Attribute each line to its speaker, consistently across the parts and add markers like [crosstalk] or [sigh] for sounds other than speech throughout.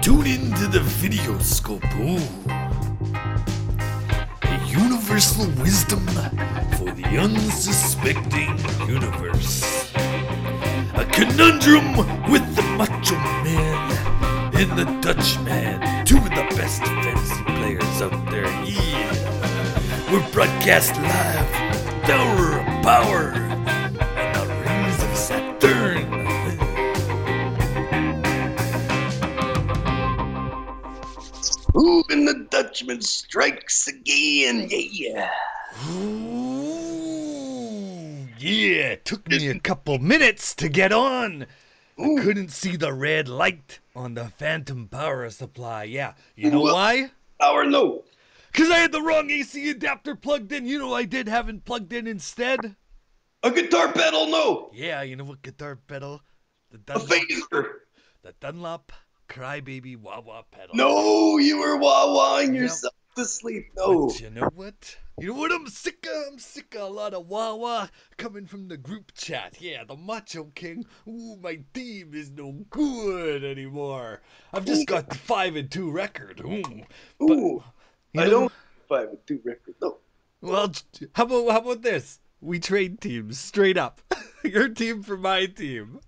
Speaker 1: Tune in to the Video Scope, a universal wisdom for the unsuspecting universe. A conundrum with the Macho Man and the Dutchman, two of the best fantasy players out there. Yeah. We're broadcast live, Tower of Power, and the Rings of Saturn.
Speaker 2: Who in the Dutchman strikes again? Yeah.
Speaker 1: Ooh, yeah, it took me a couple minutes to get on. I couldn't see the red light on the phantom power supply. Yeah, you know
Speaker 2: Well-
Speaker 1: why?
Speaker 2: Our no.
Speaker 1: Because I had the wrong AC adapter plugged in. You know what I did have it plugged in instead?
Speaker 2: A guitar pedal, no.
Speaker 1: Yeah, you know what guitar pedal? The
Speaker 2: A
Speaker 1: Dunlop,
Speaker 2: phaser.
Speaker 1: the Dunlop Crybaby Wah Wah pedal.
Speaker 2: No, you were wah wahing
Speaker 1: Yep.
Speaker 2: yourself to sleep. No.
Speaker 1: But you know what? You know what I'm sick of? I'm sick of a lot of Wawa coming from the group chat. Yeah, the Macho King. Ooh, my team is no good anymore. I've
Speaker 2: Ooh.
Speaker 1: just got the five and two record. Ooh. But,
Speaker 2: Ooh,
Speaker 1: you
Speaker 2: I
Speaker 1: know-
Speaker 2: don't. If I would do record, no.
Speaker 1: Well, t- how about how about this? We trade teams straight up. [laughs] Your team for my team.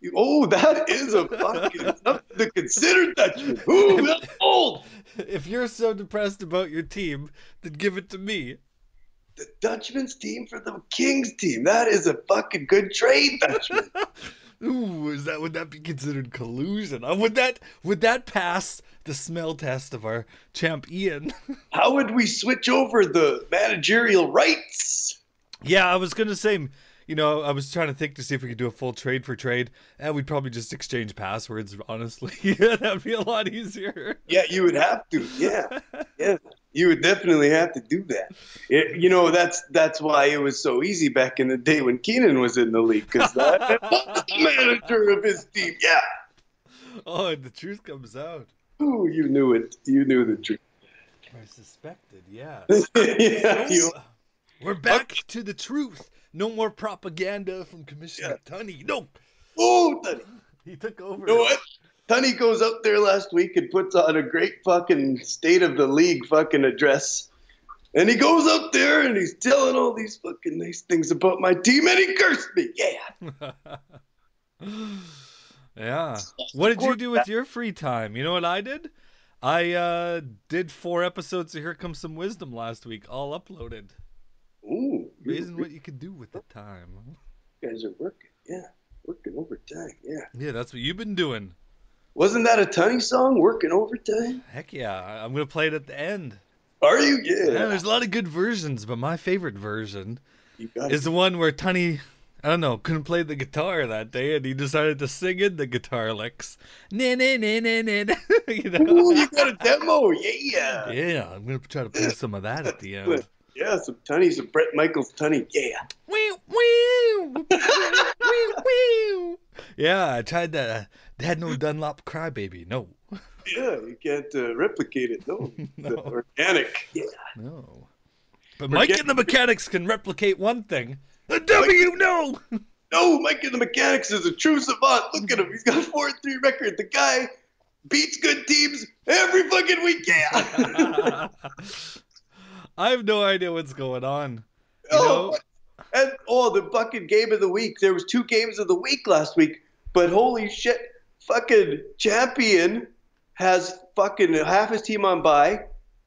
Speaker 2: You, oh, that is a
Speaker 1: [laughs]
Speaker 2: fucking something to consider, Dutchman. Ooh, that's old.
Speaker 1: If you're so depressed about your team, then give it to me.
Speaker 2: The Dutchman's team for the Kings team. That is a fucking good
Speaker 1: [laughs]
Speaker 2: trade, Dutchman.
Speaker 1: Ooh, is that would that be considered collusion? Uh, Would that would that pass the smell test of our champ Ian? [laughs]
Speaker 2: How would we switch over the managerial rights?
Speaker 1: yeah, I was gonna say, you know, I was trying to think to see if we could do a full trade for trade, and we'd probably just exchange passwords. Honestly, [laughs] that'd be a lot easier.
Speaker 2: Yeah, you would have to. Yeah, yeah, you would definitely have to do that. It, you know, that's that's why it was so easy back in the day when Keenan was in the league because that was the manager of his team. Yeah,
Speaker 1: Oh, and the truth comes out.
Speaker 2: ooh, you knew it. You knew the truth. [laughs]
Speaker 1: I suspected. Yeah.
Speaker 2: yeah, you,
Speaker 1: So, We're back to the truth. No more propaganda from Commissioner Tunney. No,
Speaker 2: oh, Tunny.
Speaker 1: he took over.
Speaker 2: You know what? Tunny goes up there last week and puts on a great fucking state of the league fucking address. And he goes up there and he's telling all these fucking nice things about my team and he cursed me. Yeah.
Speaker 1: [laughs] yeah. What did you
Speaker 2: course
Speaker 1: do with your free time? You know what I did? I uh, did four episodes of Here Comes Some Wisdom last week, all uploaded.
Speaker 2: Ooh. you-
Speaker 1: Amazing what you could do with the time.
Speaker 2: guys are working. Yeah, working overtime. Yeah,
Speaker 1: Yeah, that's what you've been doing.
Speaker 2: wasn't that a Tunny song? Working overtime.
Speaker 1: Heck yeah. I- I'm going to play it at the end.
Speaker 2: Are you?
Speaker 1: Yeah.
Speaker 2: Yeah,
Speaker 1: there's a lot of good versions, but my favorite version
Speaker 2: you got
Speaker 1: is the one where Tunny, I don't know, couldn't play the guitar that day and he decided to sing in the guitar licks. [laughs] Na na na na na. na, You
Speaker 2: it.
Speaker 1: know?
Speaker 2: [laughs] Ooh, you got a demo. Yeah, yeah,
Speaker 1: Yeah, I'm gonna try to play some of that at the end.
Speaker 2: Good. some Tunny, some Brett Michaels Tunny. Yeah,
Speaker 1: yeah, I tried that. Uh, they had no Dunlop Crybaby. No,
Speaker 2: yeah, you can't uh, replicate it. [laughs] No,
Speaker 1: No.
Speaker 2: The organic. Yeah,
Speaker 1: no. But Mike
Speaker 2: Forget-
Speaker 1: and the Mechanics can replicate one thing. The W, no.
Speaker 2: no, Mike and the Mechanics is a true savant. Look at him. He's got a four and three record. The guy beats good teams every fucking week. [laughs] Yeah.
Speaker 1: [laughs] I have no idea what's going on. You
Speaker 2: Oh,
Speaker 1: know?
Speaker 2: and oh, the fucking game of the week. There was two games of the week last week, but holy shit, fucking champion has fucking half his team on bye.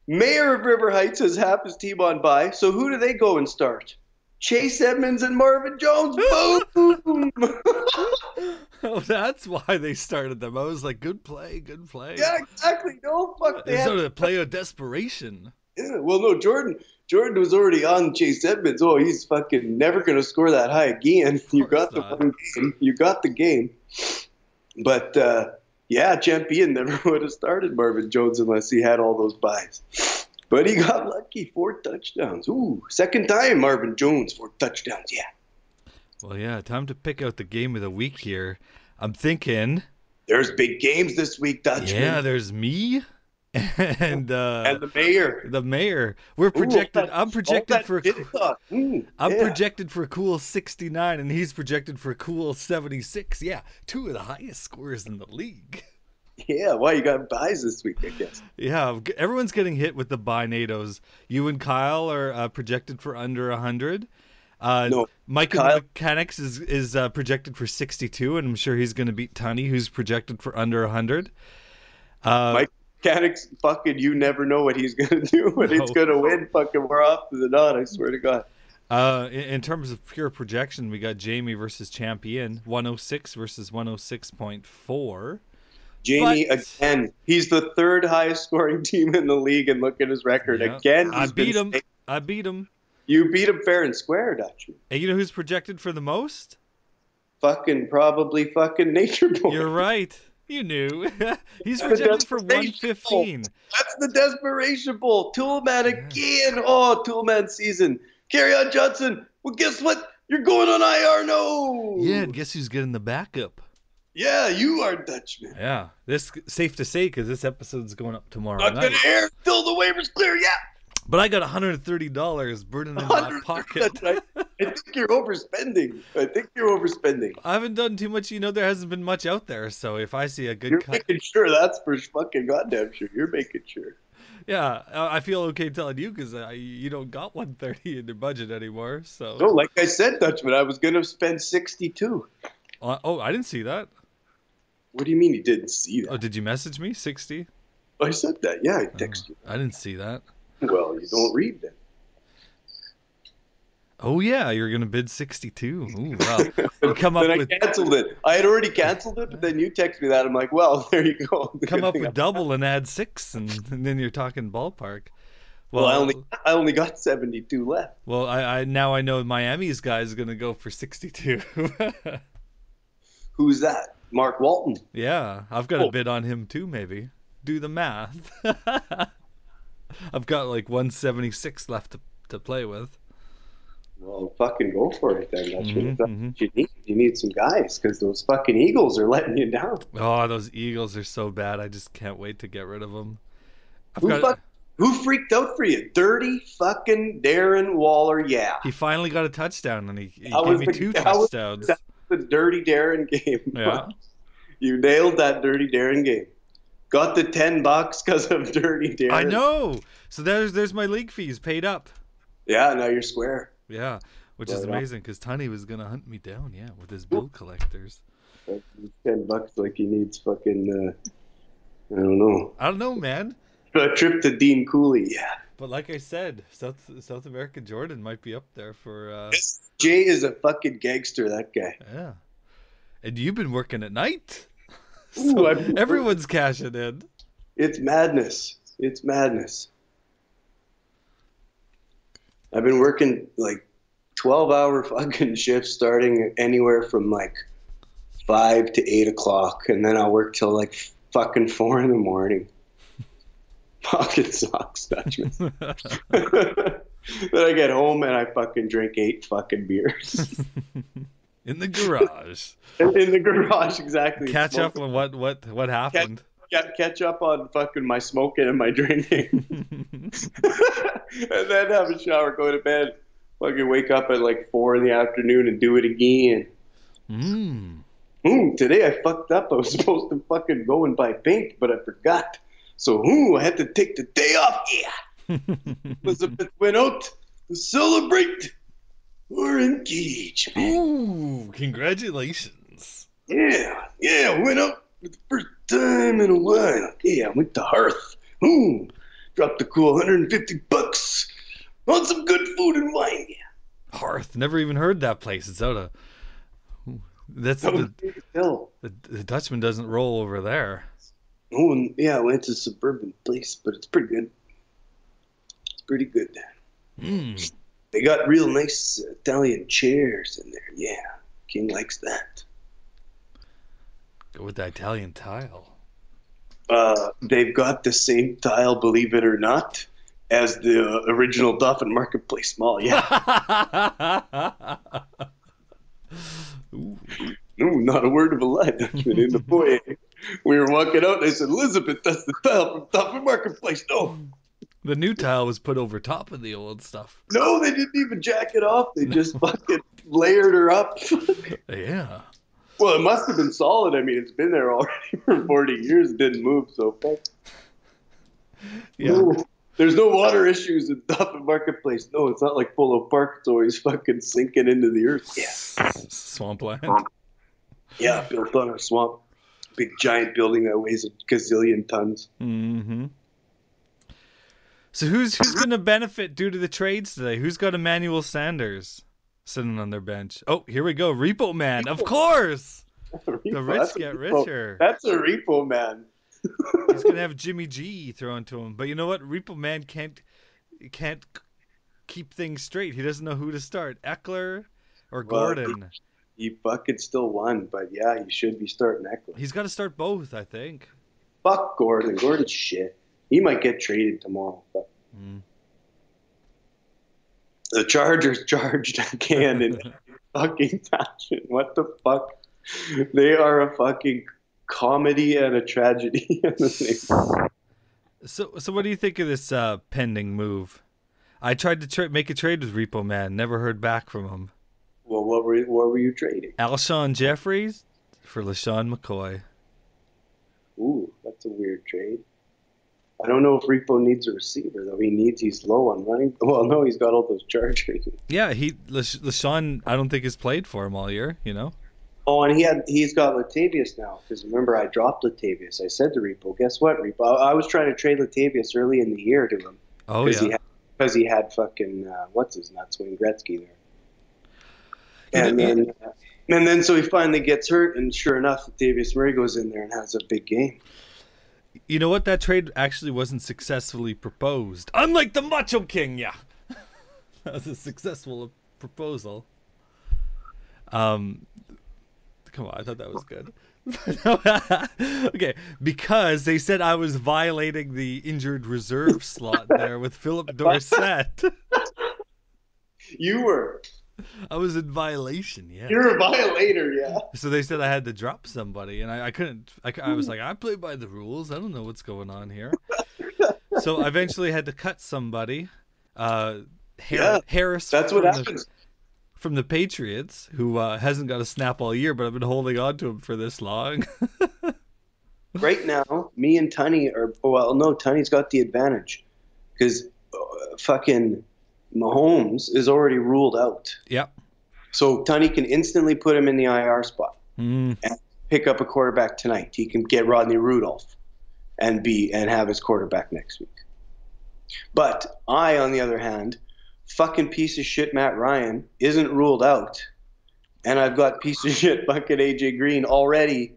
Speaker 2: Mayor of River Heights has half his team on bye. So who do they go and start? Chase Edmonds and Marvin Jones. Boom.
Speaker 1: [laughs] Oh, that's why they started them. I was like, good play, good play.
Speaker 2: yeah, exactly. No fuck
Speaker 1: It's
Speaker 2: that.
Speaker 1: sort of a play of desperation.
Speaker 2: Yeah, well, no, Jordan. Jordan was already on Chase Edmonds. Oh, he's fucking never going to score that high again. [laughs] You
Speaker 1: course
Speaker 2: got the
Speaker 1: not.
Speaker 2: one game. You got the game. But uh, yeah, champion [laughs] never would have started Marvin Jones unless he had all those buys. But he got lucky, four touchdowns. Ooh, second time Marvin Jones four touchdowns. Yeah,
Speaker 1: Well, yeah, time to pick out the game of the week here. I'm thinking,
Speaker 2: there's big games this week, Dutchman.
Speaker 1: yeah, there's me [laughs] and uh,
Speaker 2: and the mayor.
Speaker 1: the mayor. We're
Speaker 2: Ooh, all
Speaker 1: projected.
Speaker 2: that-
Speaker 1: I'm
Speaker 2: all
Speaker 1: projected
Speaker 2: that
Speaker 1: for. a
Speaker 2: shit
Speaker 1: coo-
Speaker 2: talk. Mm,
Speaker 1: I'm
Speaker 2: yeah.
Speaker 1: projected for a cool 69, and he's projected for a cool 76. Yeah, two of the highest scores in the league.
Speaker 2: Yeah, well, you got buys this week, I guess.
Speaker 1: Yeah, g- everyone's getting hit with the binados. You and Kyle are uh, projected for under 100. Uh,
Speaker 2: No,
Speaker 1: Mike
Speaker 2: Kyle-
Speaker 1: of the Mechanics is, is uh, projected for 62, and I'm sure he's going to beat Tunney, who's projected for under 100. Uh,
Speaker 2: Mike- Mechanics, fucking, you never know what he's gonna do, [laughs] but he's
Speaker 1: No.
Speaker 2: gonna win. Fucking, we're off to the nod. I swear to God.
Speaker 1: uh, in, in terms of pure projection, we got Jamie versus Champion, 106 versus 106.4.
Speaker 2: Jamie
Speaker 1: But-
Speaker 2: again. He's the third highest scoring team in the league, and look at his record
Speaker 1: Yeah.
Speaker 2: again. he's
Speaker 1: I
Speaker 2: been
Speaker 1: beat him.
Speaker 2: safe.
Speaker 1: I beat him.
Speaker 2: You beat him fair and square, Dutchman.
Speaker 1: And you know who's projected for the
Speaker 2: [laughs]
Speaker 1: most?
Speaker 2: Fucking probably fucking nature boy.
Speaker 1: You're right. You knew. [laughs] He's
Speaker 2: The
Speaker 1: projected for
Speaker 2: desperation
Speaker 1: 115.
Speaker 2: [laughs] That's the desperation bowl. Toolman again. Oh, Toolman season. Carry on Johnson. Well, guess what? You're going on IR. No.
Speaker 1: Yeah, and guess who's getting the backup?
Speaker 2: Yeah, you are Dutchman.
Speaker 1: Yeah, this safe to say because this episode's going up tomorrow
Speaker 2: I'm
Speaker 1: night.
Speaker 2: gonna air till the waivers clear. Yeah.
Speaker 1: But I got 130 dollars burning in my
Speaker 2: 100
Speaker 1: pocket.
Speaker 2: That's right. I
Speaker 1: [laughs]
Speaker 2: think you're overspending. I think you're overspending.
Speaker 1: I haven't done too much. You know, there hasn't been much out there. So if I see a good
Speaker 2: You're
Speaker 1: cut,
Speaker 2: making sure that's for fucking goddamn sure. You're making sure.
Speaker 1: yeah, uh, I I feel okay telling you because you don't got 130 in your budget anymore. So
Speaker 2: No, like I said, Dutchman, I was gonna spend sixty-two.
Speaker 1: Uh, oh, I didn't see that.
Speaker 2: What do you mean you didn't see
Speaker 1: Oh,
Speaker 2: that?
Speaker 1: did you message me 60? Oh.
Speaker 2: I said that. Yeah, I texted
Speaker 1: I didn't see that.
Speaker 2: you. Well, you don't read that.
Speaker 1: Oh yeah, you're gonna bid
Speaker 2: [laughs]
Speaker 1: 62. Ooh, wow. You Oh. come up
Speaker 2: then
Speaker 1: with
Speaker 2: I canceled it. I had already canceled it, but then you text me that. I'm like, well, [laughs] there you go.
Speaker 1: come up with double and add six, and, and then you're talking ballpark.
Speaker 2: Well, I only I only got 72 left.
Speaker 1: Well, I, I now I know Miami's guy is gonna go for 62.
Speaker 2: Who's that? Mark Walton.
Speaker 1: [laughs] yeah, I've got a
Speaker 2: Oh.
Speaker 1: bid on him too. Maybe do the math. [laughs] I've got like 176 left to, to play with.
Speaker 2: Well, fucking go for it then. That's,
Speaker 1: Mhm,
Speaker 2: what, that's what you need. You need some guys because those fucking Eagles are letting you down.
Speaker 1: Oh, those Eagles are so bad. I just can't wait to get rid of them. I've
Speaker 2: Who,
Speaker 1: got.
Speaker 2: fuck, who freaked out for you? Dirty fucking Darren Waller. Yeah.
Speaker 1: He finally got a touchdown, and he, he
Speaker 2: That
Speaker 1: gave
Speaker 2: was
Speaker 1: me
Speaker 2: the-
Speaker 1: two
Speaker 2: that was-
Speaker 1: touchdowns.
Speaker 2: that- the Dirty Darren game.
Speaker 1: Yeah.
Speaker 2: you nailed that Dirty Darren game. Got the 10 bucks because of Dirty Darren.
Speaker 1: I know. So there's there's my league fees paid up.
Speaker 2: Yeah, now you're square.
Speaker 1: Yeah, which is
Speaker 2: Right on.
Speaker 1: amazing because Tony was gonna hunt me down. Yeah, with his bill collectors.
Speaker 2: That's 10 bucks like he needs fucking, uh, I don't know.
Speaker 1: I don't know, man.
Speaker 2: A trip to Dean Cooley. Yeah.
Speaker 1: But like I said, South South America Jordan might be up there for. Uh,
Speaker 2: Jay is a fucking gangster, that guy.
Speaker 1: yeah, and you've been working at night. [laughs]
Speaker 2: Ooh,
Speaker 1: So
Speaker 2: I've been
Speaker 1: everyone's cashing in. [laughs]
Speaker 2: It's madness. It's madness. I've been working like 12 hour fucking [laughs] shifts starting anywhere from like 5 to 8 o'clock, and then I'll work till like fucking 4 in the morning. [laughs] Fucking sucks, Dutchman. [laughs] then I get home and I fucking drink eight fucking beers.
Speaker 1: [laughs] In the garage,
Speaker 2: In the garage, exactly.
Speaker 1: catch
Speaker 2: Smoke-
Speaker 1: up on what what what happened.
Speaker 2: ca- catch up on fucking my smoking and my drinking. [laughs] and then have a shower, go to bed. Fucking wake up at like four in the afternoon and do it again.
Speaker 1: Mm.
Speaker 2: Ooh, today I fucked up. I was [laughs] supposed to fucking go and buy paint, but I forgot. So ooh, I had to take the day off. Yeah, Elizabeth went out to celebrate. We're engaged, man.
Speaker 1: Ooh, congratulations.
Speaker 2: Yeah, yeah, went out for the first time in a while. Yeah, went to Hearth. Ooh, dropped a cool 150 bucks on some good food and wine. Yeah.
Speaker 1: Hearth. Never even heard that place. It's out of. That's the,
Speaker 2: Hell.
Speaker 1: the, the Dutchman doesn't roll over there.
Speaker 2: Oh, and- yeah, I went to suburban place, but it's pretty good. It's pretty good.
Speaker 1: Mm.
Speaker 2: They got real nice Italian chairs in there. Yeah, King likes that.
Speaker 1: Go with the Italian tile.
Speaker 2: Uh, they've got the same tile, believe it or not, as the uh, original Dolphin Marketplace Mall.
Speaker 1: [laughs]
Speaker 2: Yeah,
Speaker 1: Ooh.
Speaker 2: no, not a word of a lie. Dutchman in the foyer. We were walking out, and I said, "Elizabeth, that's the tile from Dolphin Marketplace." No,
Speaker 1: [laughs] The new tile was put over top of the old stuff.
Speaker 2: no, [laughs] they didn't even jack it off. They just fucking layered her up.
Speaker 1: Yeah.
Speaker 2: Well, it must have been solid. I mean, it's been there already [laughs] for 40 years. It didn't move, so fuck.
Speaker 1: Yeah.
Speaker 2: No, there's no water issues in Dolphin Marketplace. No, it's not like Polo Park. It's always [laughs] fucking sinking into the earth. Yeah,
Speaker 1: Swampland.
Speaker 2: yeah, built on a swamp. Big giant building that weighs a gazillion tons. [laughs]
Speaker 1: Mm-hmm. So who's who's going to benefit due to the trades today? Who's got Emmanuel Sanders sitting on their bench? Oh, here we go. Repo Man, of course. The rich
Speaker 2: That's a
Speaker 1: get
Speaker 2: repo-
Speaker 1: richer.
Speaker 2: That's a repo man.
Speaker 1: He's going to have Jimmy G thrown to him. But you know what? Repo Man can't can't c- keep things straight. He doesn't know who to start, Eckler or
Speaker 2: Well,
Speaker 1: Gordon.
Speaker 2: He fucking still won, but yeah, he should be starting Eckler.
Speaker 1: He's got to start both, I think.
Speaker 2: Fuck Gordon. Gordon's shit. He might get traded tomorrow. But
Speaker 1: Mm.
Speaker 2: the Chargers [laughs] charged again in fucking [laughs] fashion. What the fuck? They are a fucking comedy and a tragedy.
Speaker 1: [laughs]
Speaker 2: [laughs]
Speaker 1: So, so what do you think of this uh, pending move? I tried to tra- make a trade with Repo Man, never heard back from him.
Speaker 2: well, what were what were you trading?
Speaker 1: Alshon Jeffries for LaShawn McCoy.
Speaker 2: Ooh, that's a weird trade. I don't know if Repo needs a receiver though. He needs he's low on running. [laughs] Well, no, he's got all those Chargers.
Speaker 1: Yeah, he Lash- LaShawn. I don't think has played for him all year. You know.
Speaker 2: Oh, and he had he's got Latavius now because remember I dropped Latavius. I said to Repo, guess what, Repo? I, I was trying to trade Latavius early in the year to him
Speaker 1: Oh
Speaker 2: because
Speaker 1: yeah.
Speaker 2: he had because he had fucking uh, what's his nuts Wayne Gretzky there. And
Speaker 1: Yeah.
Speaker 2: then, uh, and then, so he finally gets hurt, and sure enough, Latavius Murray goes in there and has a big game.
Speaker 1: You know what? That trade actually wasn't successfully proposed. Unlike the Macho King, yeah. [laughs] that was a successful proposal. Um, come on, I thought that was good. [laughs] okay, because they said I was violating the injured reserve slot there with Philip Dorsett. [laughs]
Speaker 2: You were,
Speaker 1: I was in violation. Yeah.
Speaker 2: you're a violator, yeah.
Speaker 1: So they said I had to drop somebody, and I, I couldn't. I, cou- I was like, I play by the rules. I don't know what's going on here. so I eventually had to cut somebody. Uh, Har-
Speaker 2: Yeah,
Speaker 1: Harris.
Speaker 2: That's what
Speaker 1: from the-
Speaker 2: happens.
Speaker 1: from the Patriots, who uh, hasn't got a snap all year, but I've been holding on to him for this long. [laughs]
Speaker 2: Right now, me and Tunney are. Well, no, Tunney's got the advantage because uh, fucking Mahomes is already ruled out.
Speaker 1: yep.
Speaker 2: So Tunney can instantly put him in the IR spot.
Speaker 1: Mm,
Speaker 2: Pick up a quarterback tonight. He can get Rodney Rudolph and be and have his quarterback next week. But I, on the other hand, fucking piece of shit Matt Ryan isn't ruled out. And I've got piece of [laughs] shit bucket AJ Green already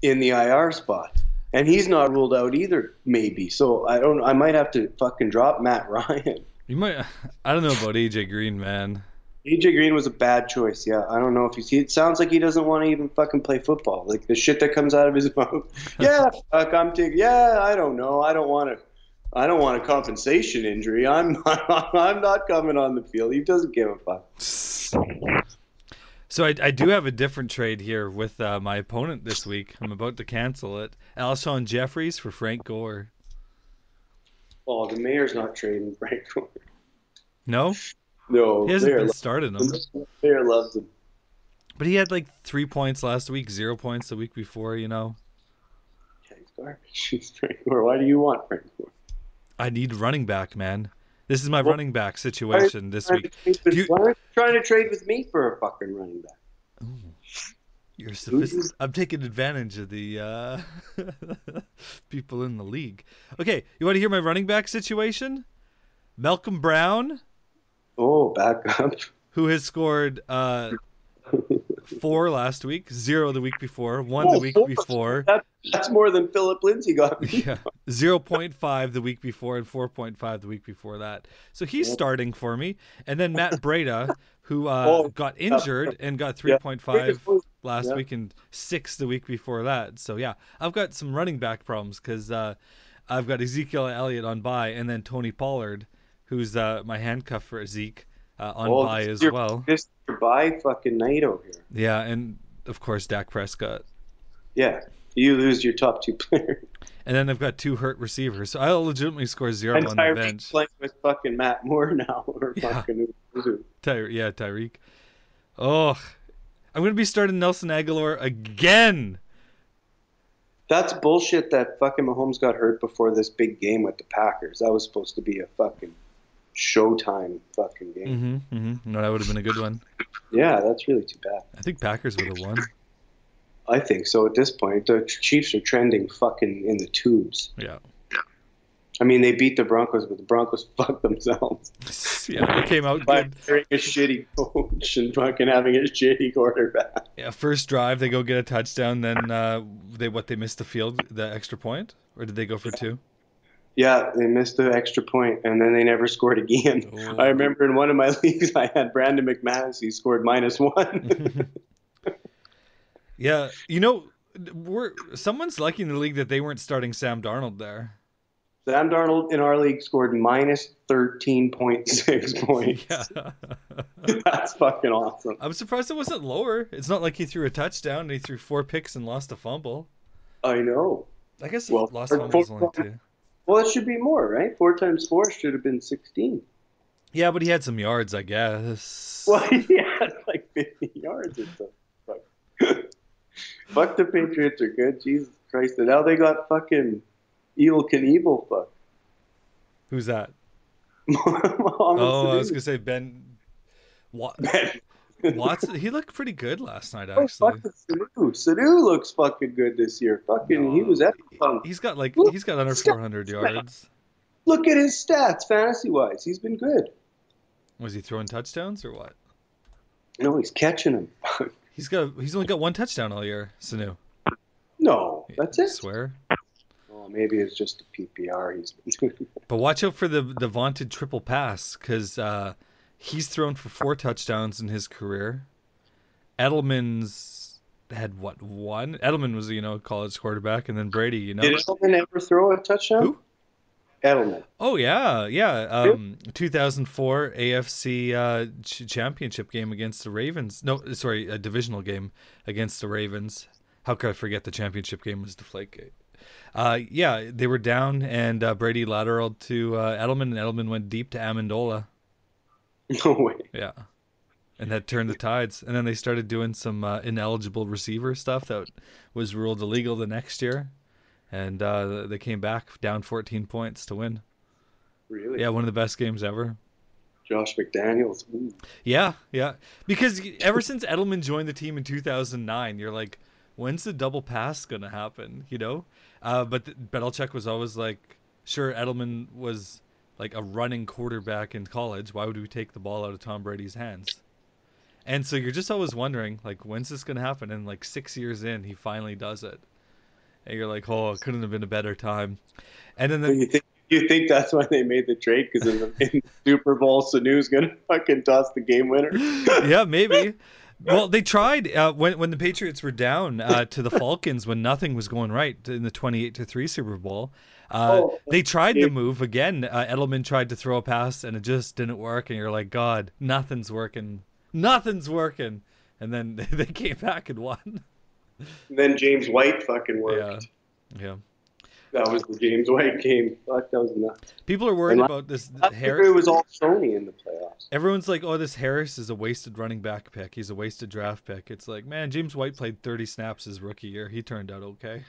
Speaker 2: in the IR spot. And he's not ruled out either, maybe. So I don't I might have to fucking drop Matt [laughs] Ryan.
Speaker 1: you might. I don't know about AJ Green, man.
Speaker 2: AJ Green was a bad choice. Yeah, I don't know if he's. He, it sounds like he doesn't want to even fucking play football. Like the shit that comes out of his [laughs] mouth. Yeah, fuck, I'm taking. Yeah, I don't know. I don't want to. I don't want a compensation injury. I'm [laughs] I'm not coming on the field. He doesn't give a fuck.
Speaker 1: So I, I do have a different trade here with uh, my opponent this week. I'm about to cancel it. Alshon Jeffries for Frank Gore.
Speaker 2: Oh, the mayor's not trading Frank. Gore.
Speaker 1: No,
Speaker 2: No,
Speaker 1: he hasn't
Speaker 2: Mayor
Speaker 1: been
Speaker 2: loves
Speaker 1: starting them.
Speaker 2: him. Mayor loves him.
Speaker 1: But he had like three points last week, zero points the week before. You know,
Speaker 2: Yeah, he's garbage. [laughs] He's Frank Gore. Why do you want Frank Gore?
Speaker 1: I need running back, man. This is my
Speaker 2: Well,
Speaker 1: running back situation this
Speaker 2: Trying to
Speaker 1: week.
Speaker 2: trade with-
Speaker 1: You-
Speaker 2: Why aren't you trying to trade with me for a fucking running back?
Speaker 1: You're
Speaker 2: Who's-
Speaker 1: sophist- I'm taking advantage of the uh, [laughs] people in the league. Okay, you want to hear my running back situation? Malcolm Brown,
Speaker 2: Oh, back up. [laughs]
Speaker 1: who has scored uh, four last week, zero the week before, one the
Speaker 2: Oh,
Speaker 1: week
Speaker 2: four.
Speaker 1: before,
Speaker 2: That, that's more than Philip Lindsay got me.
Speaker 1: yeah, [laughs] zero point five the week before, and four point five the week before that. So he's starting for me, and then
Speaker 2: [laughs]
Speaker 1: Matt Breda, who uh,
Speaker 2: Oh,
Speaker 1: got injured and got three point five last
Speaker 2: Yeah.
Speaker 1: week and six the week before that. So yeah, I've got some running back problems because uh, I've got Ezekiel Elliott on bye, and then Tony Pollard, who's uh, my handcuff for Zeke, uh, on
Speaker 2: Oh,
Speaker 1: bye
Speaker 2: this
Speaker 1: as
Speaker 2: year-
Speaker 1: well.
Speaker 2: This is by fucking night over here.
Speaker 1: Yeah, and of course Dak Prescott.
Speaker 2: Yeah. You lose your top
Speaker 1: [laughs]
Speaker 2: two players.
Speaker 1: And then I've got two hurt receivers, so I'll legitimately score zero
Speaker 2: And
Speaker 1: on the
Speaker 2: Tyreek's
Speaker 1: bench.
Speaker 2: playing with fucking Matt Moore [laughs] now. Or
Speaker 1: Yeah.
Speaker 2: fucking Uzu.
Speaker 1: Ty- yeah, Tyreek. Oh, I'm gonna be starting Nelson Aguilar again.
Speaker 2: That's bullshit that fucking Mahomes got hurt before this big game with the Packers. That was supposed to be a fucking showtime fucking game.
Speaker 1: Mm-hmm, mm-hmm. No, that would have been a good one.
Speaker 2: Yeah, that's really too bad.
Speaker 1: I think Packers would have won.
Speaker 2: I think so at this point. The Chiefs are trending fucking in the tubes.
Speaker 1: Yeah.
Speaker 2: I mean, they beat the Broncos, but the Broncos [laughs] fucked themselves
Speaker 1: [laughs] Yeah, they came out
Speaker 2: by [laughs]
Speaker 1: good.
Speaker 2: hiring a shitty coach and fucking having a shitty quarterback.
Speaker 1: Yeah, first drive they go get a touchdown, then uh, they what they missed the field, the extra point, or did they go for two?
Speaker 2: Yeah, they missed the extra point, and then they never scored again.
Speaker 1: Oh.
Speaker 2: [laughs] I remember in one of my [laughs] leagues, I had Brandon McManus. He scored minus [laughs] one.
Speaker 1: [laughs] Yeah, you know, we're someone's lucky in the league that they weren't starting Sam Darnold there.
Speaker 2: Sam Darnold in our league scored minus [laughs] 13.6 points.
Speaker 1: [laughs] Yeah,
Speaker 2: That's fucking awesome.
Speaker 1: I'm surprised it wasn't lower. It's not like he threw a touchdown; and he threw four picks and lost a fumble.
Speaker 2: I know.
Speaker 1: I guess
Speaker 2: Well,
Speaker 1: lost
Speaker 2: or
Speaker 1: fumbles
Speaker 2: four-
Speaker 1: only two.
Speaker 2: Well, it should be more, right? Four times four should have been 16.
Speaker 1: Yeah, but he had some yards, I guess.
Speaker 2: Well, [laughs] he had like 50 yards or something. Fuck. [laughs] Fuck the Patriots are good. Jesus Christ. And now they got fucking evil Knievel fuck. [laughs]
Speaker 1: Who's that? Oh, I was
Speaker 2: Muhammad
Speaker 1: gonna say Ben. Wa-
Speaker 2: [laughs] Sanu.
Speaker 1: Watson. He looked pretty good last night,
Speaker 2: Oh,
Speaker 1: actually.
Speaker 2: fucking Sanu. Sanu looks fucking good this year. Fucking, he
Speaker 1: No.
Speaker 2: was epic. Um,
Speaker 1: He's got like
Speaker 2: Look,
Speaker 1: he's got under
Speaker 2: stop,
Speaker 1: 400
Speaker 2: stop.
Speaker 1: yards.
Speaker 2: Look at his stats, fantasy wise. He's been good.
Speaker 1: Was he throwing touchdowns or what?
Speaker 2: No, he's catching them.
Speaker 1: He's got he's only got one touchdown all year, Sanu.
Speaker 2: [laughs] no, that's
Speaker 1: I
Speaker 2: it.
Speaker 1: swear.
Speaker 2: Oh, maybe it's just a PPR. He's been doing.
Speaker 1: But watch out for the the vaunted triple pass because uh, he's thrown for four touchdowns in his career. Edelman's had what one? Edelman was you know a college quarterback, and then Brady, you know.
Speaker 2: Did Edelman ever throw a touchdown?
Speaker 1: Who?
Speaker 2: Edelman. [laughs]
Speaker 1: Oh yeah, yeah. Um, 2004 AFC uh, ch- championship game against the Ravens. No, sorry, a divisional game against the Ravens. How could I forget the championship game was Deflategate? Uh, yeah, they were down, and uh, Brady lateraled to uh, Edelman, and Edelman went deep to Amendola.
Speaker 2: No way.
Speaker 1: Yeah, and that turned the tides. And then they started doing some uh, ineligible receiver stuff that was ruled illegal the next year, and uh, they came back down 14 points to win.
Speaker 2: Really?
Speaker 1: Yeah, one of the best games ever.
Speaker 2: Josh
Speaker 1: [laughs]
Speaker 2: McDaniels. Ooh.
Speaker 1: Yeah, yeah. Because y- ever since Edelman joined the team in 2009, you're like, when's the double pass gonna happen? You know. Uh, but th- Belichick was always like, sure, Edelman was like a running quarterback in college. Why would we take the ball out of Tom Brady's hands? And so you're just always wondering, like, when's this gonna happen? And like six years in, he finally does it. And you're like, oh, it couldn't have been a better time. And then the,
Speaker 2: You think you think that's why they made the trade? Because in the
Speaker 1: [laughs]
Speaker 2: in Super Bowl, Sanu's gonna fucking toss the game winner.
Speaker 1: yeah, maybe. Well, they tried uh, when when the Patriots were down uh,
Speaker 2: [laughs]
Speaker 1: to the Falcons when nothing was going right in the twenty eight to three Super Bowl. Uh,
Speaker 2: Oh,
Speaker 1: they tried
Speaker 2: yeah.
Speaker 1: the move again. Uh, Edelman tried to throw a pass and it just didn't work. And you're like, God, nothing's working. Nothing's working. And then [laughs] they came back and won.
Speaker 2: then James White fucking worked.
Speaker 1: Yeah, yeah.
Speaker 2: That was the James White game. Fuck, that was nuts.
Speaker 1: People are worried
Speaker 2: And
Speaker 1: about this
Speaker 2: Last year
Speaker 1: Harris.
Speaker 2: It was all Sony in the playoffs.
Speaker 1: Everyone's like, "Oh, this Harris is a wasted running back pick. He's a wasted draft pick." It's like, man, James White played 30 snaps his rookie year. He turned out okay.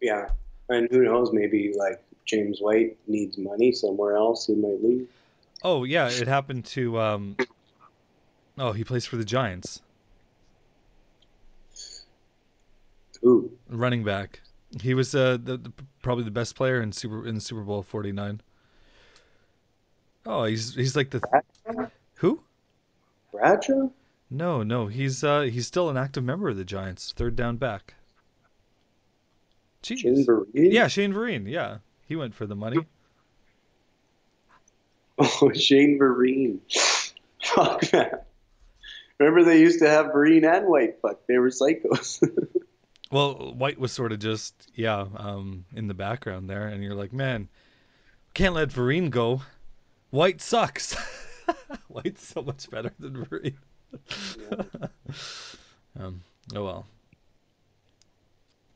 Speaker 2: Yeah, and who knows? Maybe like James White needs money somewhere else. He might leave.
Speaker 1: Oh yeah, it happened to. Um... Oh, he plays for the Giants,
Speaker 2: Who?
Speaker 1: running back. He was uh, the, the, probably the best player in Super in Super Bowl forty nine. Oh, he's he's like the who?
Speaker 2: Bradshaw?
Speaker 1: No, no, he's uh, he's still an active member of the Giants, third down back. Jeez.
Speaker 2: Jim Vereen?
Speaker 1: Yeah, Shane Vereen. Yeah, he went for the money.
Speaker 2: [laughs] Oh, Shane Vereen. Fuck that. Remember they used to have Vereen and White. Fuck, they were psychos. [laughs]
Speaker 1: Well, White was sort of just yeah, um, in the background there, and you're like, man, can't let Vereen go. White sucks. [laughs] White's so much better than Vereen. [laughs] um, oh well.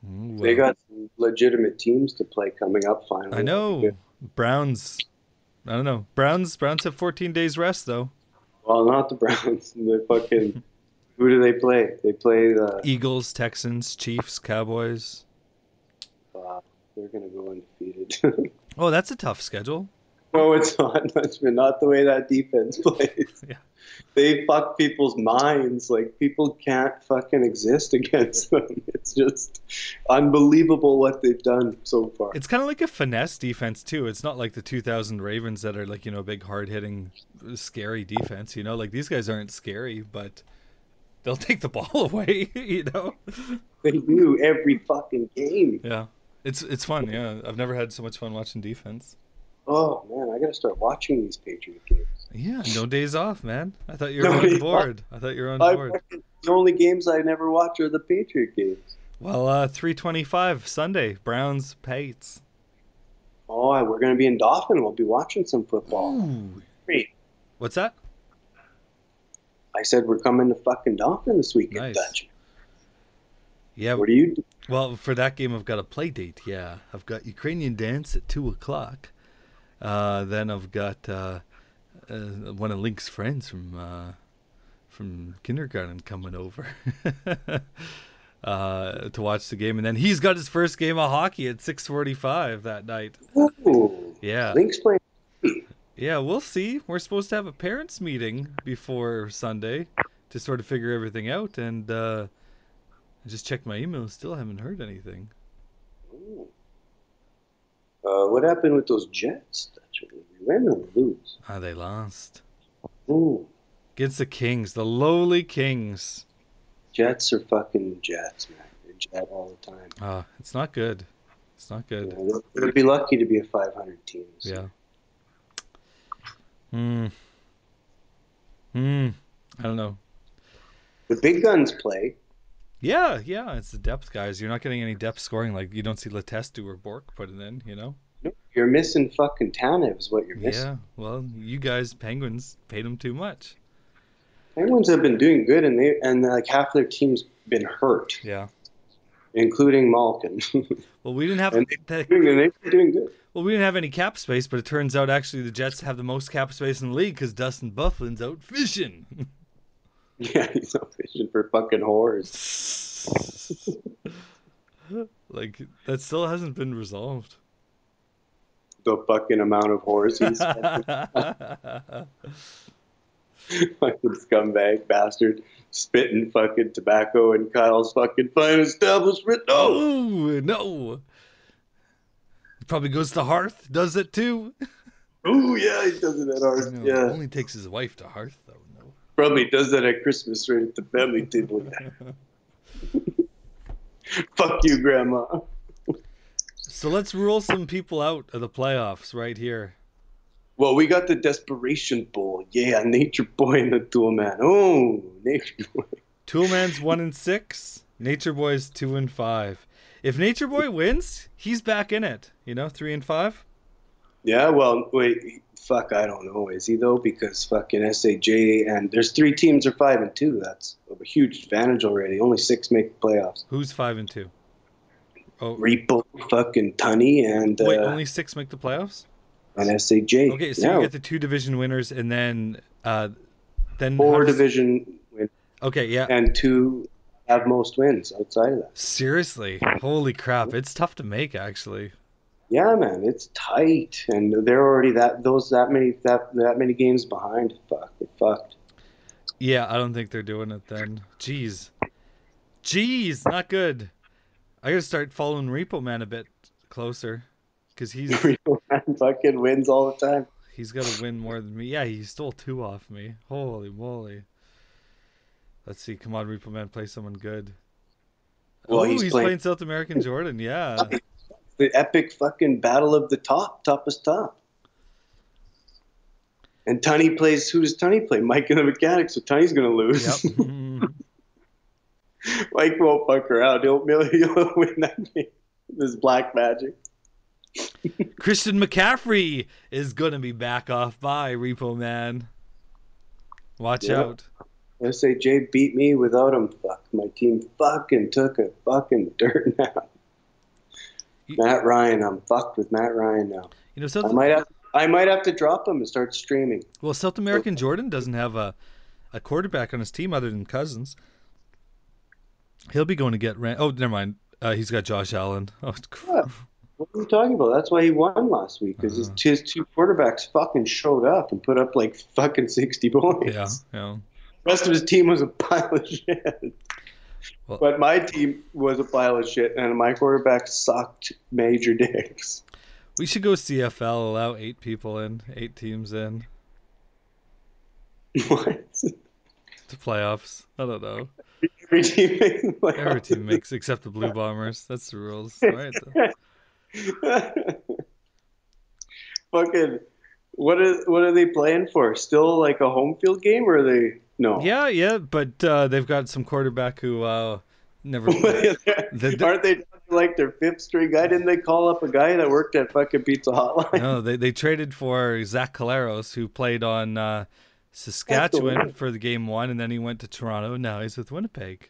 Speaker 1: Mm,
Speaker 2: They
Speaker 1: well.
Speaker 2: got some legitimate teams to play coming up finally.
Speaker 1: I know Browns. I don't know Browns. Browns have 14 days rest though.
Speaker 2: Well, not [laughs] the Browns. The fucking Who do they play? They play the.
Speaker 1: Eagles, Texans, Chiefs, Cowboys.
Speaker 2: Uh, they're going to go undefeated. [laughs]
Speaker 1: Oh, that's a tough schedule.
Speaker 2: no, it's not. That's not the way that defense plays.
Speaker 1: [laughs] Yeah.
Speaker 2: They fuck people's minds. Like people can't fucking exist [laughs] against them. It's just unbelievable what they've done so far.
Speaker 1: It's kind of like a finesse defense too. It's not like the 2000 Ravens that are like you know big hard hitting, scary defense. You know, like these guys aren't scary, but they'll [laughs] take the ball away. [laughs] You know.
Speaker 2: they do every fucking game.
Speaker 1: Yeah, it's it's fun. Yeah, I've never had so much fun watching defense.
Speaker 2: Oh man, I gotta start watching these Patriot games.
Speaker 1: Yeah, no days off, man. I thought you were
Speaker 2: No
Speaker 1: on
Speaker 2: days
Speaker 1: board. I thought you were on
Speaker 2: I
Speaker 1: board.
Speaker 2: reckon the only games I never watch are the Patriot games.
Speaker 1: Well, uh, 325 Sunday, Browns Pates.
Speaker 2: Oh, I- we're gonna be in Dauphin. We'll be watching some football.
Speaker 1: Ooh.
Speaker 2: Great.
Speaker 1: What's that?
Speaker 2: I said we're coming to fucking Dauphin this
Speaker 1: Nice.
Speaker 2: weekend. Dutch.
Speaker 1: Yeah.
Speaker 2: What do you? Do?
Speaker 1: Well, for that game, I've got a play date. Yeah, I've got Ukrainian dance at two o'clock. Uh, then I've got uh, uh, one of Link's friends from uh, from kindergarten coming over [laughs] uh, to watch the game, and then he's got his first game of hockey at six forty-five that night.
Speaker 2: Ooh.
Speaker 1: Yeah,
Speaker 2: Link's playing.
Speaker 1: yeah, we'll see. We're supposed to have a parents meeting before Sunday to sort of figure everything out, and uh, I just checked my email. Still haven't heard anything.
Speaker 2: Ooh. Hmm. Uh, what happened with those Jets? Dutch? Did We win or lose? Hmm.
Speaker 1: Ah, they lost.
Speaker 2: Ooh.
Speaker 1: Against the Kings, the lowly Kings.
Speaker 2: Jets are fucking Jets, man. They're Jet all the time.
Speaker 1: Ah, it's not good. It's not
Speaker 2: You
Speaker 1: good.
Speaker 2: know, they'll- they'll be lucky to be a 500 team. so.
Speaker 1: Yeah. Hmm. Hmm. I don't know.
Speaker 2: The big guns play.
Speaker 1: Yeah, yeah, it's the depth guys. You're not getting any depth scoring like you don't see Letestu or Bork put it in, you know?
Speaker 2: Nope, You're missing fucking Tanev is what you're missing.
Speaker 1: Yeah. Well, you guys, Penguins, paid them too much.
Speaker 2: Penguins have been doing good, and they and uh, like half their team's been hurt,
Speaker 1: Yeah.
Speaker 2: including Malkin. [laughs]
Speaker 1: Well, we didn't have
Speaker 2: And
Speaker 1: that-
Speaker 2: and they've been doing good. [laughs]
Speaker 1: well, we didn't have any cap space, but it turns out actually the Jets have the most cap space in the league because Dustin Bufflin's out fishing. [laughs]
Speaker 2: Yeah, he's not fishing for fucking whores.
Speaker 1: [laughs] like that still hasn't been
Speaker 2: [laughs]
Speaker 1: resolved.
Speaker 2: The fucking amount of whores he's
Speaker 1: [laughs]
Speaker 2: fucking, [laughs] fucking scumbag bastard spitting fucking tobacco in Kyle's fucking fine establishment. No,
Speaker 1: oh no! Probably goes to Hearth. Does it too?
Speaker 2: oh yeah, he does it at ours.
Speaker 1: No,
Speaker 2: Yeah,
Speaker 1: Only takes his wife to Hearth though.
Speaker 2: probably does that at Christmas right at the family table. [laughs]
Speaker 1: No. [laughs]
Speaker 2: Fuck you, grandma.
Speaker 1: so let's rule some people out of the playoffs right here.
Speaker 2: Well, we got the Desperation Bowl. Yeah, Nature Boy and the Dual Man. Oh, Nature Boy. [laughs]
Speaker 1: Toolman's one and six. Nature Boy's two and five. If Nature Boy wins, he's back in it. You know, three and five.
Speaker 2: Yeah, well, wait, fuck, I don't know. Is he though? Because fucking SAJ and there's three teams are five and two. That's a huge advantage already. Only six make the playoffs.
Speaker 1: Who's five and two? Oh,
Speaker 2: Repo, fucking Tunney, and uh,
Speaker 1: Wait, only six make the playoffs?
Speaker 2: and SAJ.
Speaker 1: Okay, so
Speaker 2: No,
Speaker 1: you get the two division winners, and then, uh, then how
Speaker 2: four
Speaker 1: does-
Speaker 2: division win
Speaker 1: Okay, yeah.
Speaker 2: and two have most wins outside of that.
Speaker 1: Seriously, holy crap! It's tough to make, actually.
Speaker 2: Yeah, man, it's tight, and they're already that those that many that that many games behind. Fuck, they fucked.
Speaker 1: Yeah, I don't think they're doing it then. Jeez, jeez, not good. I gotta start following Repo Man a bit closer, cause he's
Speaker 2: [laughs] Repo man fucking wins all the time.
Speaker 1: he's gotta win more than me. Yeah, he stole two off me. Holy moly! Let's see. Come on, Repo Man, play someone good.
Speaker 2: Well,
Speaker 1: Ooh,
Speaker 2: he's
Speaker 1: he's
Speaker 2: playing-
Speaker 1: playing South American Jordan.
Speaker 2: [laughs]
Speaker 1: Yeah.
Speaker 2: the epic fucking battle of the top, top is top. And Tony plays who does Tony play? Mike and the mechanics, so Tony's gonna
Speaker 1: Yep.
Speaker 2: lose.
Speaker 1: Mm.
Speaker 2: Mike won't fuck around. He'll, he'll, [laughs] he'll win that game. This black magic.
Speaker 1: Christian McCaffrey is going to be back off by Repo Man. Watch
Speaker 2: Yeah.
Speaker 1: out.
Speaker 2: SAJ beat me without him. Fuck. My team fucking took a fucking dirt [laughs] now.
Speaker 1: You-
Speaker 2: Matt Ryan, I'm fucked with Matt Ryan now.
Speaker 1: You know, South,
Speaker 2: I might have I might have to drop him and start streaming.
Speaker 1: well, South American Jordan doesn't have a, a quarterback on his team other than Cousins. He'll be going to get ran. Oh, never mind. Uh, he's got Josh Allen. [laughs] Oh,
Speaker 2: Yeah. What are you talking about? That's why he won last week because his, his two quarterbacks fucking showed up and put up like fucking sixty points.
Speaker 1: yeah, yeah.
Speaker 2: rest of his team was a pile of shit.
Speaker 1: Well-
Speaker 2: but my team was a pile of shit, and my quarterback sucked major dicks. [laughs]
Speaker 1: We should go CFL. Allow eight people in, eight teams in
Speaker 2: What?
Speaker 1: to playoffs. I don't know.
Speaker 2: Every team makes the playoffs.
Speaker 1: Every team makes except the Blue Bombers. That's the rules. All right.
Speaker 2: [laughs] Fucking, what are what are they playing for? Still like a home field game, or are they no? [laughs]
Speaker 1: Yeah, yeah, but uh, they've got some quarterback who uh,
Speaker 2: [laughs]
Speaker 1: never. played. The- the-
Speaker 2: Aren't they like their fifth string guy? Didn't they call up a guy that worked at fucking Pizza Hotline?
Speaker 1: no, they they traded for Zach Caleros, who played on uh, Saskatchewan for the game one, and then he went to Toronto. and Now he's with Winnipeg.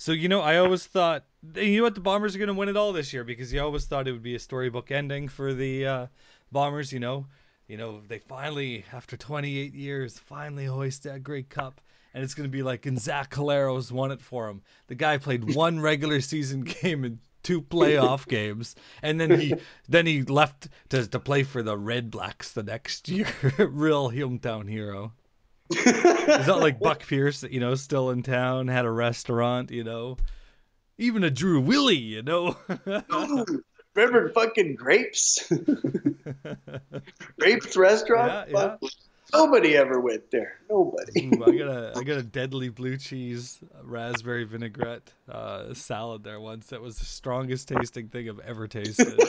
Speaker 1: So you know, I always thought you know what the Bombers are going to win it all this year because you always thought it would be a storybook ending for the uh, Bombers. You know, you know they finally, after 28 years, finally hoist that great cup. And it's going to be like, and Zach Caleros won it for him. The guy played one regular season [laughs] game and two playoff games, and then he then he left to, to play for the Red Blacks the next [laughs] year. Real hometown hero. It's not like Buck Pierce, you know, still in town, had a restaurant, you know. Even a Drew Willie, you know.
Speaker 2: [laughs]
Speaker 1: [laughs]
Speaker 2: Remember fucking grapes? grapes restaurant?
Speaker 1: Yeah,
Speaker 2: Fuck. Nobody ever went there. Nobody.
Speaker 1: Ooh, I got a I got a deadly blue cheese raspberry vinaigrette uh, salad there once. That was the strongest tasting thing I've ever tasted.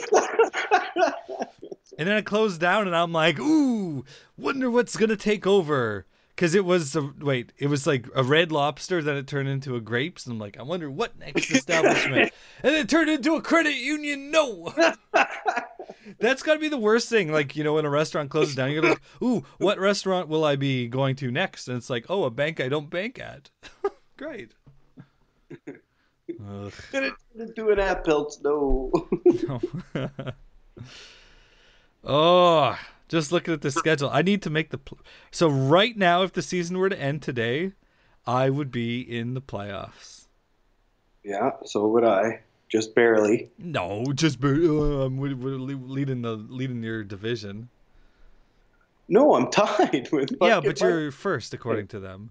Speaker 2: [laughs]
Speaker 1: and then it closed down, and I'm like, ooh, wonder what's gonna take over. Cause it was a, wait, it was like a red lobster, then it turned into a grapes, and I'm like, I wonder what next establishment, and it turned into a credit union. No. That's got to be the worst thing. Like, you know, when a restaurant closes down, you're like, ooh, what restaurant will I be going to next? And it's like, oh, a bank I don't bank at. [laughs] Great. Ugh,
Speaker 2: Did it turn into an app belt? No. [laughs]
Speaker 1: no. [laughs] oh, just looking at the schedule. I need to make the. Pl- so, right now, if the season were to end today, I would be in the playoffs.
Speaker 2: yeah, so would I. Just barely.
Speaker 1: No, just be- uh, I'm we- we're le- leading the leading your division.
Speaker 2: No, I'm tied with.
Speaker 1: yeah,
Speaker 2: fucking
Speaker 1: but you're first according to them.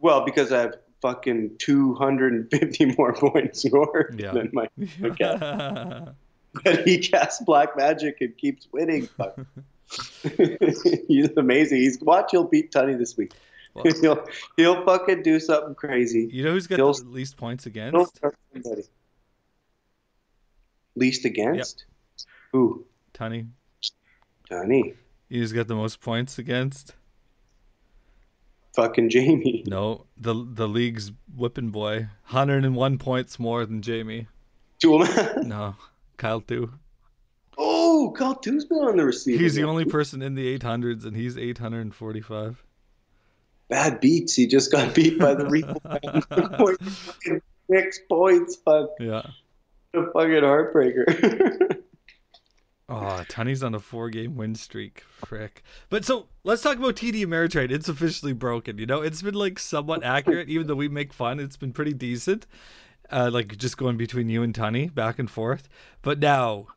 Speaker 2: Well, because I have fucking 250 more [laughs] points scored
Speaker 1: Yeah.
Speaker 2: than my.
Speaker 1: [laughs]
Speaker 2: Okay. But he casts black magic and keeps winning.
Speaker 1: [laughs]
Speaker 2: Fuck. [laughs] He's amazing. He's watch. He'll beat Tunny this week.
Speaker 1: Well-
Speaker 2: [laughs] he'll he'll fucking do something crazy.
Speaker 1: You know who's got
Speaker 2: He'll-
Speaker 1: the least points
Speaker 2: He'll
Speaker 1: against?
Speaker 2: start somebody. Least against who?
Speaker 1: Tony.
Speaker 2: Tunny.
Speaker 1: You who's got the most points against?
Speaker 2: Fucking Jamie. [laughs]
Speaker 1: No, the the league's whipping boy. 101 points more than Jamie.
Speaker 2: Jewel-
Speaker 1: No, Kyle too.
Speaker 2: [laughs] oh, Kyle Tu's been on the receiver.
Speaker 1: He's the only person in the 800s, and he's 845.
Speaker 2: bad beats. He just got beat by
Speaker 1: [laughs]
Speaker 2: the Rico. [laughs] Six points. Fuck.
Speaker 1: Yeah.
Speaker 2: A fucking heartbreaker.
Speaker 1: Oh, Tunny's on a four-game win streak. Frick. But so let's talk about TD Ameritrade. It's officially broken. You know, it's been like somewhat accurate, even though we make fun. It's been pretty decent, uh, like just going between you and Tunny back and forth. But now,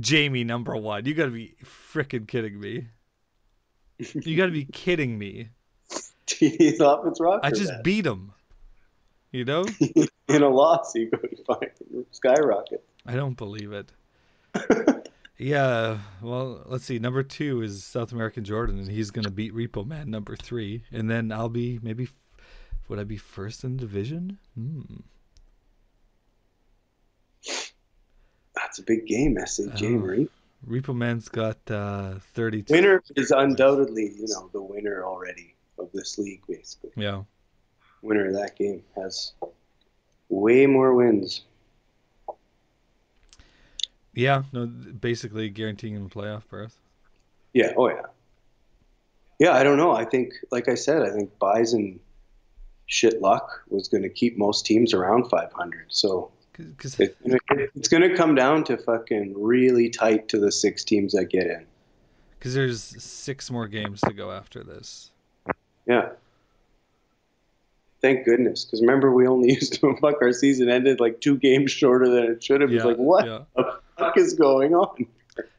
Speaker 1: Jamie number one. You gotta be frickin' kidding me. [laughs] You gotta be kidding me.
Speaker 2: TD's offense rocker.
Speaker 1: I just
Speaker 2: man.
Speaker 1: beat him. You know, [laughs]
Speaker 2: in a loss, you go to fucking skyrocket. [laughs]
Speaker 1: I don't believe it. Yeah, well, let's see. Number two is South American Jordan, and he's gonna beat Repo Man number three, and then I'll be maybe would I be first in the division? Hmm.
Speaker 2: That's a big game, SAJ
Speaker 1: Oh.
Speaker 2: Marie.
Speaker 1: Repo Man's got uh, thirty-two.
Speaker 2: Winner is undoubtedly, you know, the winner already of this league, basically.
Speaker 1: Yeah,
Speaker 2: Winner of that game has way more wins.
Speaker 1: yeah. No, th- basically guaranteeing him a playoff berth.
Speaker 2: Yeah, oh yeah. Yeah, I don't know. I think, like I said, I think Bison shit luck was going to keep most teams around 500. So
Speaker 1: Because
Speaker 2: it, it's going to come down to fucking really tight to the six teams that get in.
Speaker 1: because there's six more games to go after this.
Speaker 2: Yeah. Thank goodness, because remember we only [laughs] used to fuck our season ended like two games shorter than it should have. it's like what
Speaker 1: yeah.
Speaker 2: the fuck is going on? [laughs]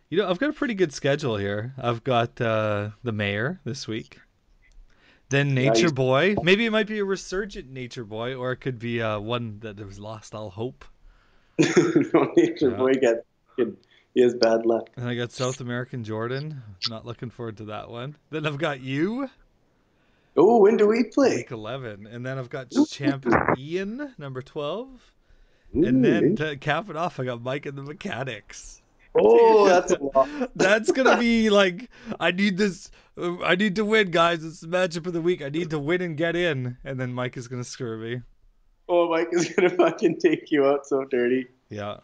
Speaker 1: You know, I've got a pretty good schedule here. I've got uh, the mayor this week, then Nature
Speaker 2: Nice.
Speaker 1: Boy. Maybe it might be a resurgent Nature Boy, or it could be uh, one that was lost all hope.
Speaker 2: no nature
Speaker 1: Yeah.
Speaker 2: boy got fucking- he has bad luck.
Speaker 1: And I got South American Jordan. Not looking forward to that one. Then I've got you,
Speaker 2: Oh, when do we play?
Speaker 1: week eleven, and then I've got Champ Ian, number twelve,
Speaker 2: Ooh.
Speaker 1: and then to cap it off, I got Mike and the Mechanics.
Speaker 2: [laughs]
Speaker 1: [laughs]
Speaker 2: oh, that's a lot.
Speaker 1: That's
Speaker 2: [laughs]
Speaker 1: gonna be like I need this. uh, I need to win, guys. It's the matchup of the week. I need to win and get in. And then Mike is gonna screw me.
Speaker 2: Oh, Mike is gonna fucking take you out so dirty.
Speaker 1: Yeah.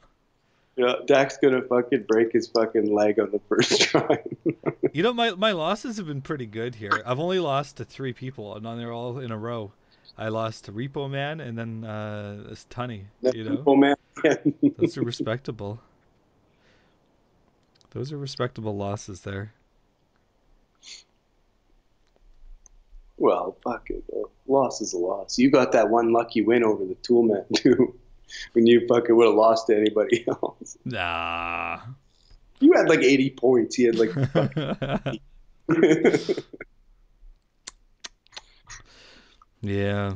Speaker 2: Yeah, Dak's gonna fucking break his fucking leg on the first [laughs] try.
Speaker 1: You know my my losses have been pretty good here. I've only lost to three people, and they're all in a row. I lost to Repo Man and then uh, it's Tunny. You know,
Speaker 2: Oh man. [laughs]
Speaker 1: those are respectable. Those are respectable losses there.
Speaker 2: well, fuck it. A Loss is a loss. You got that one lucky win over the tool man [laughs] too. When you fucking would have lost to anybody [laughs] else.
Speaker 1: Nah. [laughs]
Speaker 2: You had like eighty points. He had like [laughs]
Speaker 1: yeah,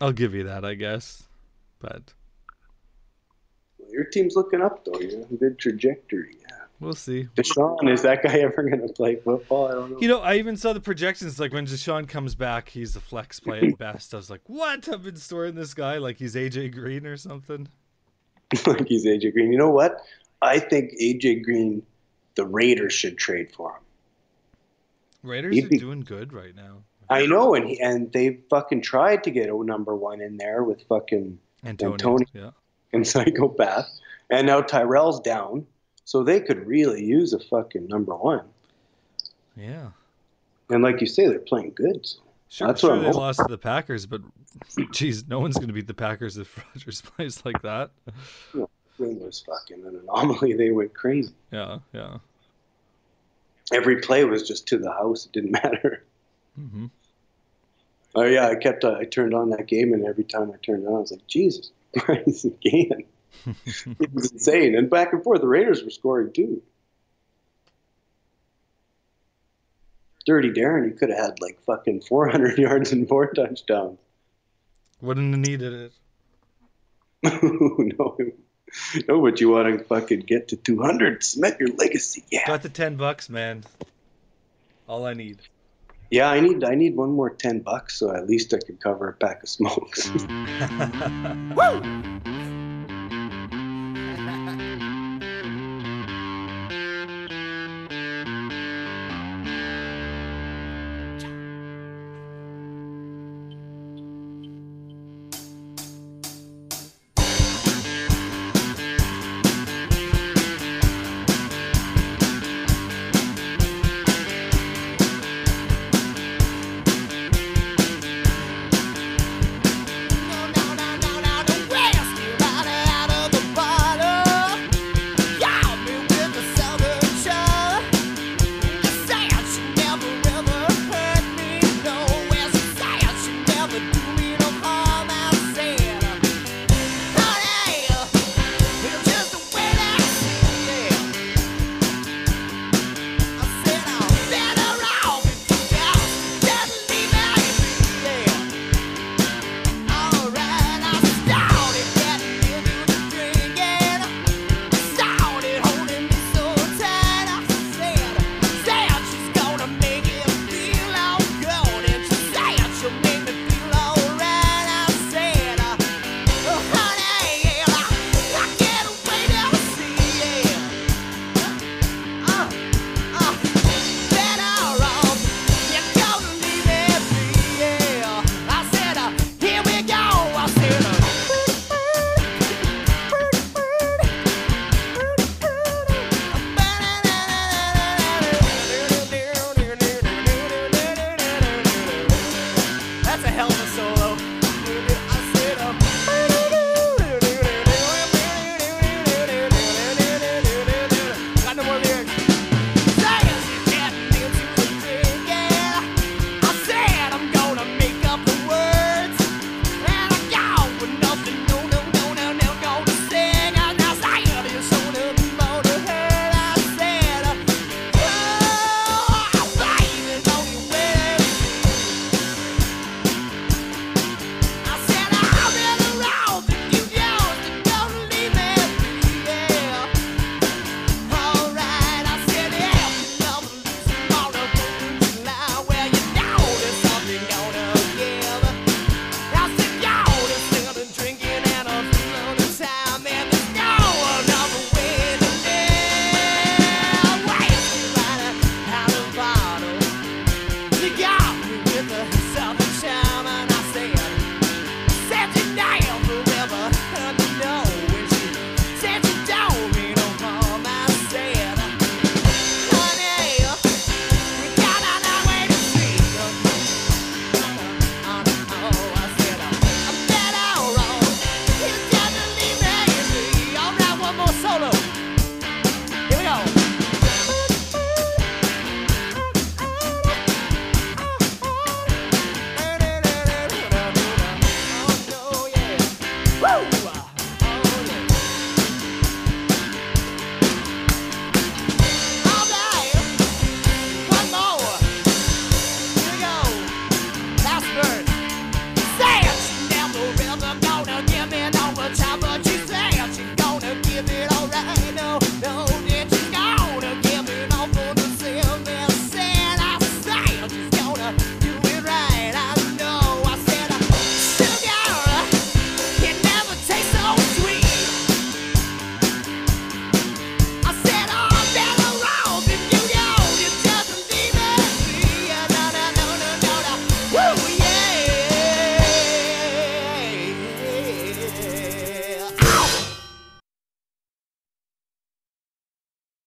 Speaker 1: I'll give you that, I guess. But
Speaker 2: your team's looking up though, you're on a good trajectory.
Speaker 1: we'll see.
Speaker 2: Deshaun, is that guy ever gonna play football? I don't know.
Speaker 1: You know, I even saw the projections. Like when Deshaun comes back, he's a flex play at best. I was like, what? I've been storing this guy like he's AJ Green or something.
Speaker 2: [laughs] like he's AJ Green. You know what? I think AJ Green, the Raiders should trade for him.
Speaker 1: Raiders
Speaker 2: He'd
Speaker 1: are
Speaker 2: be-
Speaker 1: doing good right now.
Speaker 2: I know, and he, and they fucking tried to get a number one in there with fucking [laughs]
Speaker 1: Antonio.
Speaker 2: Tony-
Speaker 1: Yeah.
Speaker 2: and psychopath, and now Tyrell's down, so they could really use a fucking number one.
Speaker 1: Yeah.
Speaker 2: And like you say, they're playing good. So.
Speaker 1: Sure,
Speaker 2: That's what
Speaker 1: sure
Speaker 2: I'm
Speaker 1: they
Speaker 2: hoping.
Speaker 1: lost to the Packers, but geez, no one's going to beat the Packers if [laughs] Rodgers plays like that.
Speaker 2: It was fucking an anomaly. [laughs] They went crazy.
Speaker 1: Yeah, yeah.
Speaker 2: Every play was just to the house. It didn't [laughs] matter.
Speaker 1: hmm
Speaker 2: Oh yeah, I kept. Uh, I turned on that game, and every time I turned it on, I was like, Jesus [laughs] Christ, again. it was insane. And back and forth, the Raiders were scoring too. Dirty Darren, he could have had like fucking 400 yards and four touchdowns. [laughs]
Speaker 1: Wouldn't have needed it.
Speaker 2: no, no, but you want to fucking get to 200, cement your legacy. Yeah,
Speaker 1: Got the ten bucks, man. All I
Speaker 2: [laughs]
Speaker 1: need.
Speaker 2: yeah. I need, I need one more 10 bucks, so at least I can cover a pack of smokes.
Speaker 1: Woo!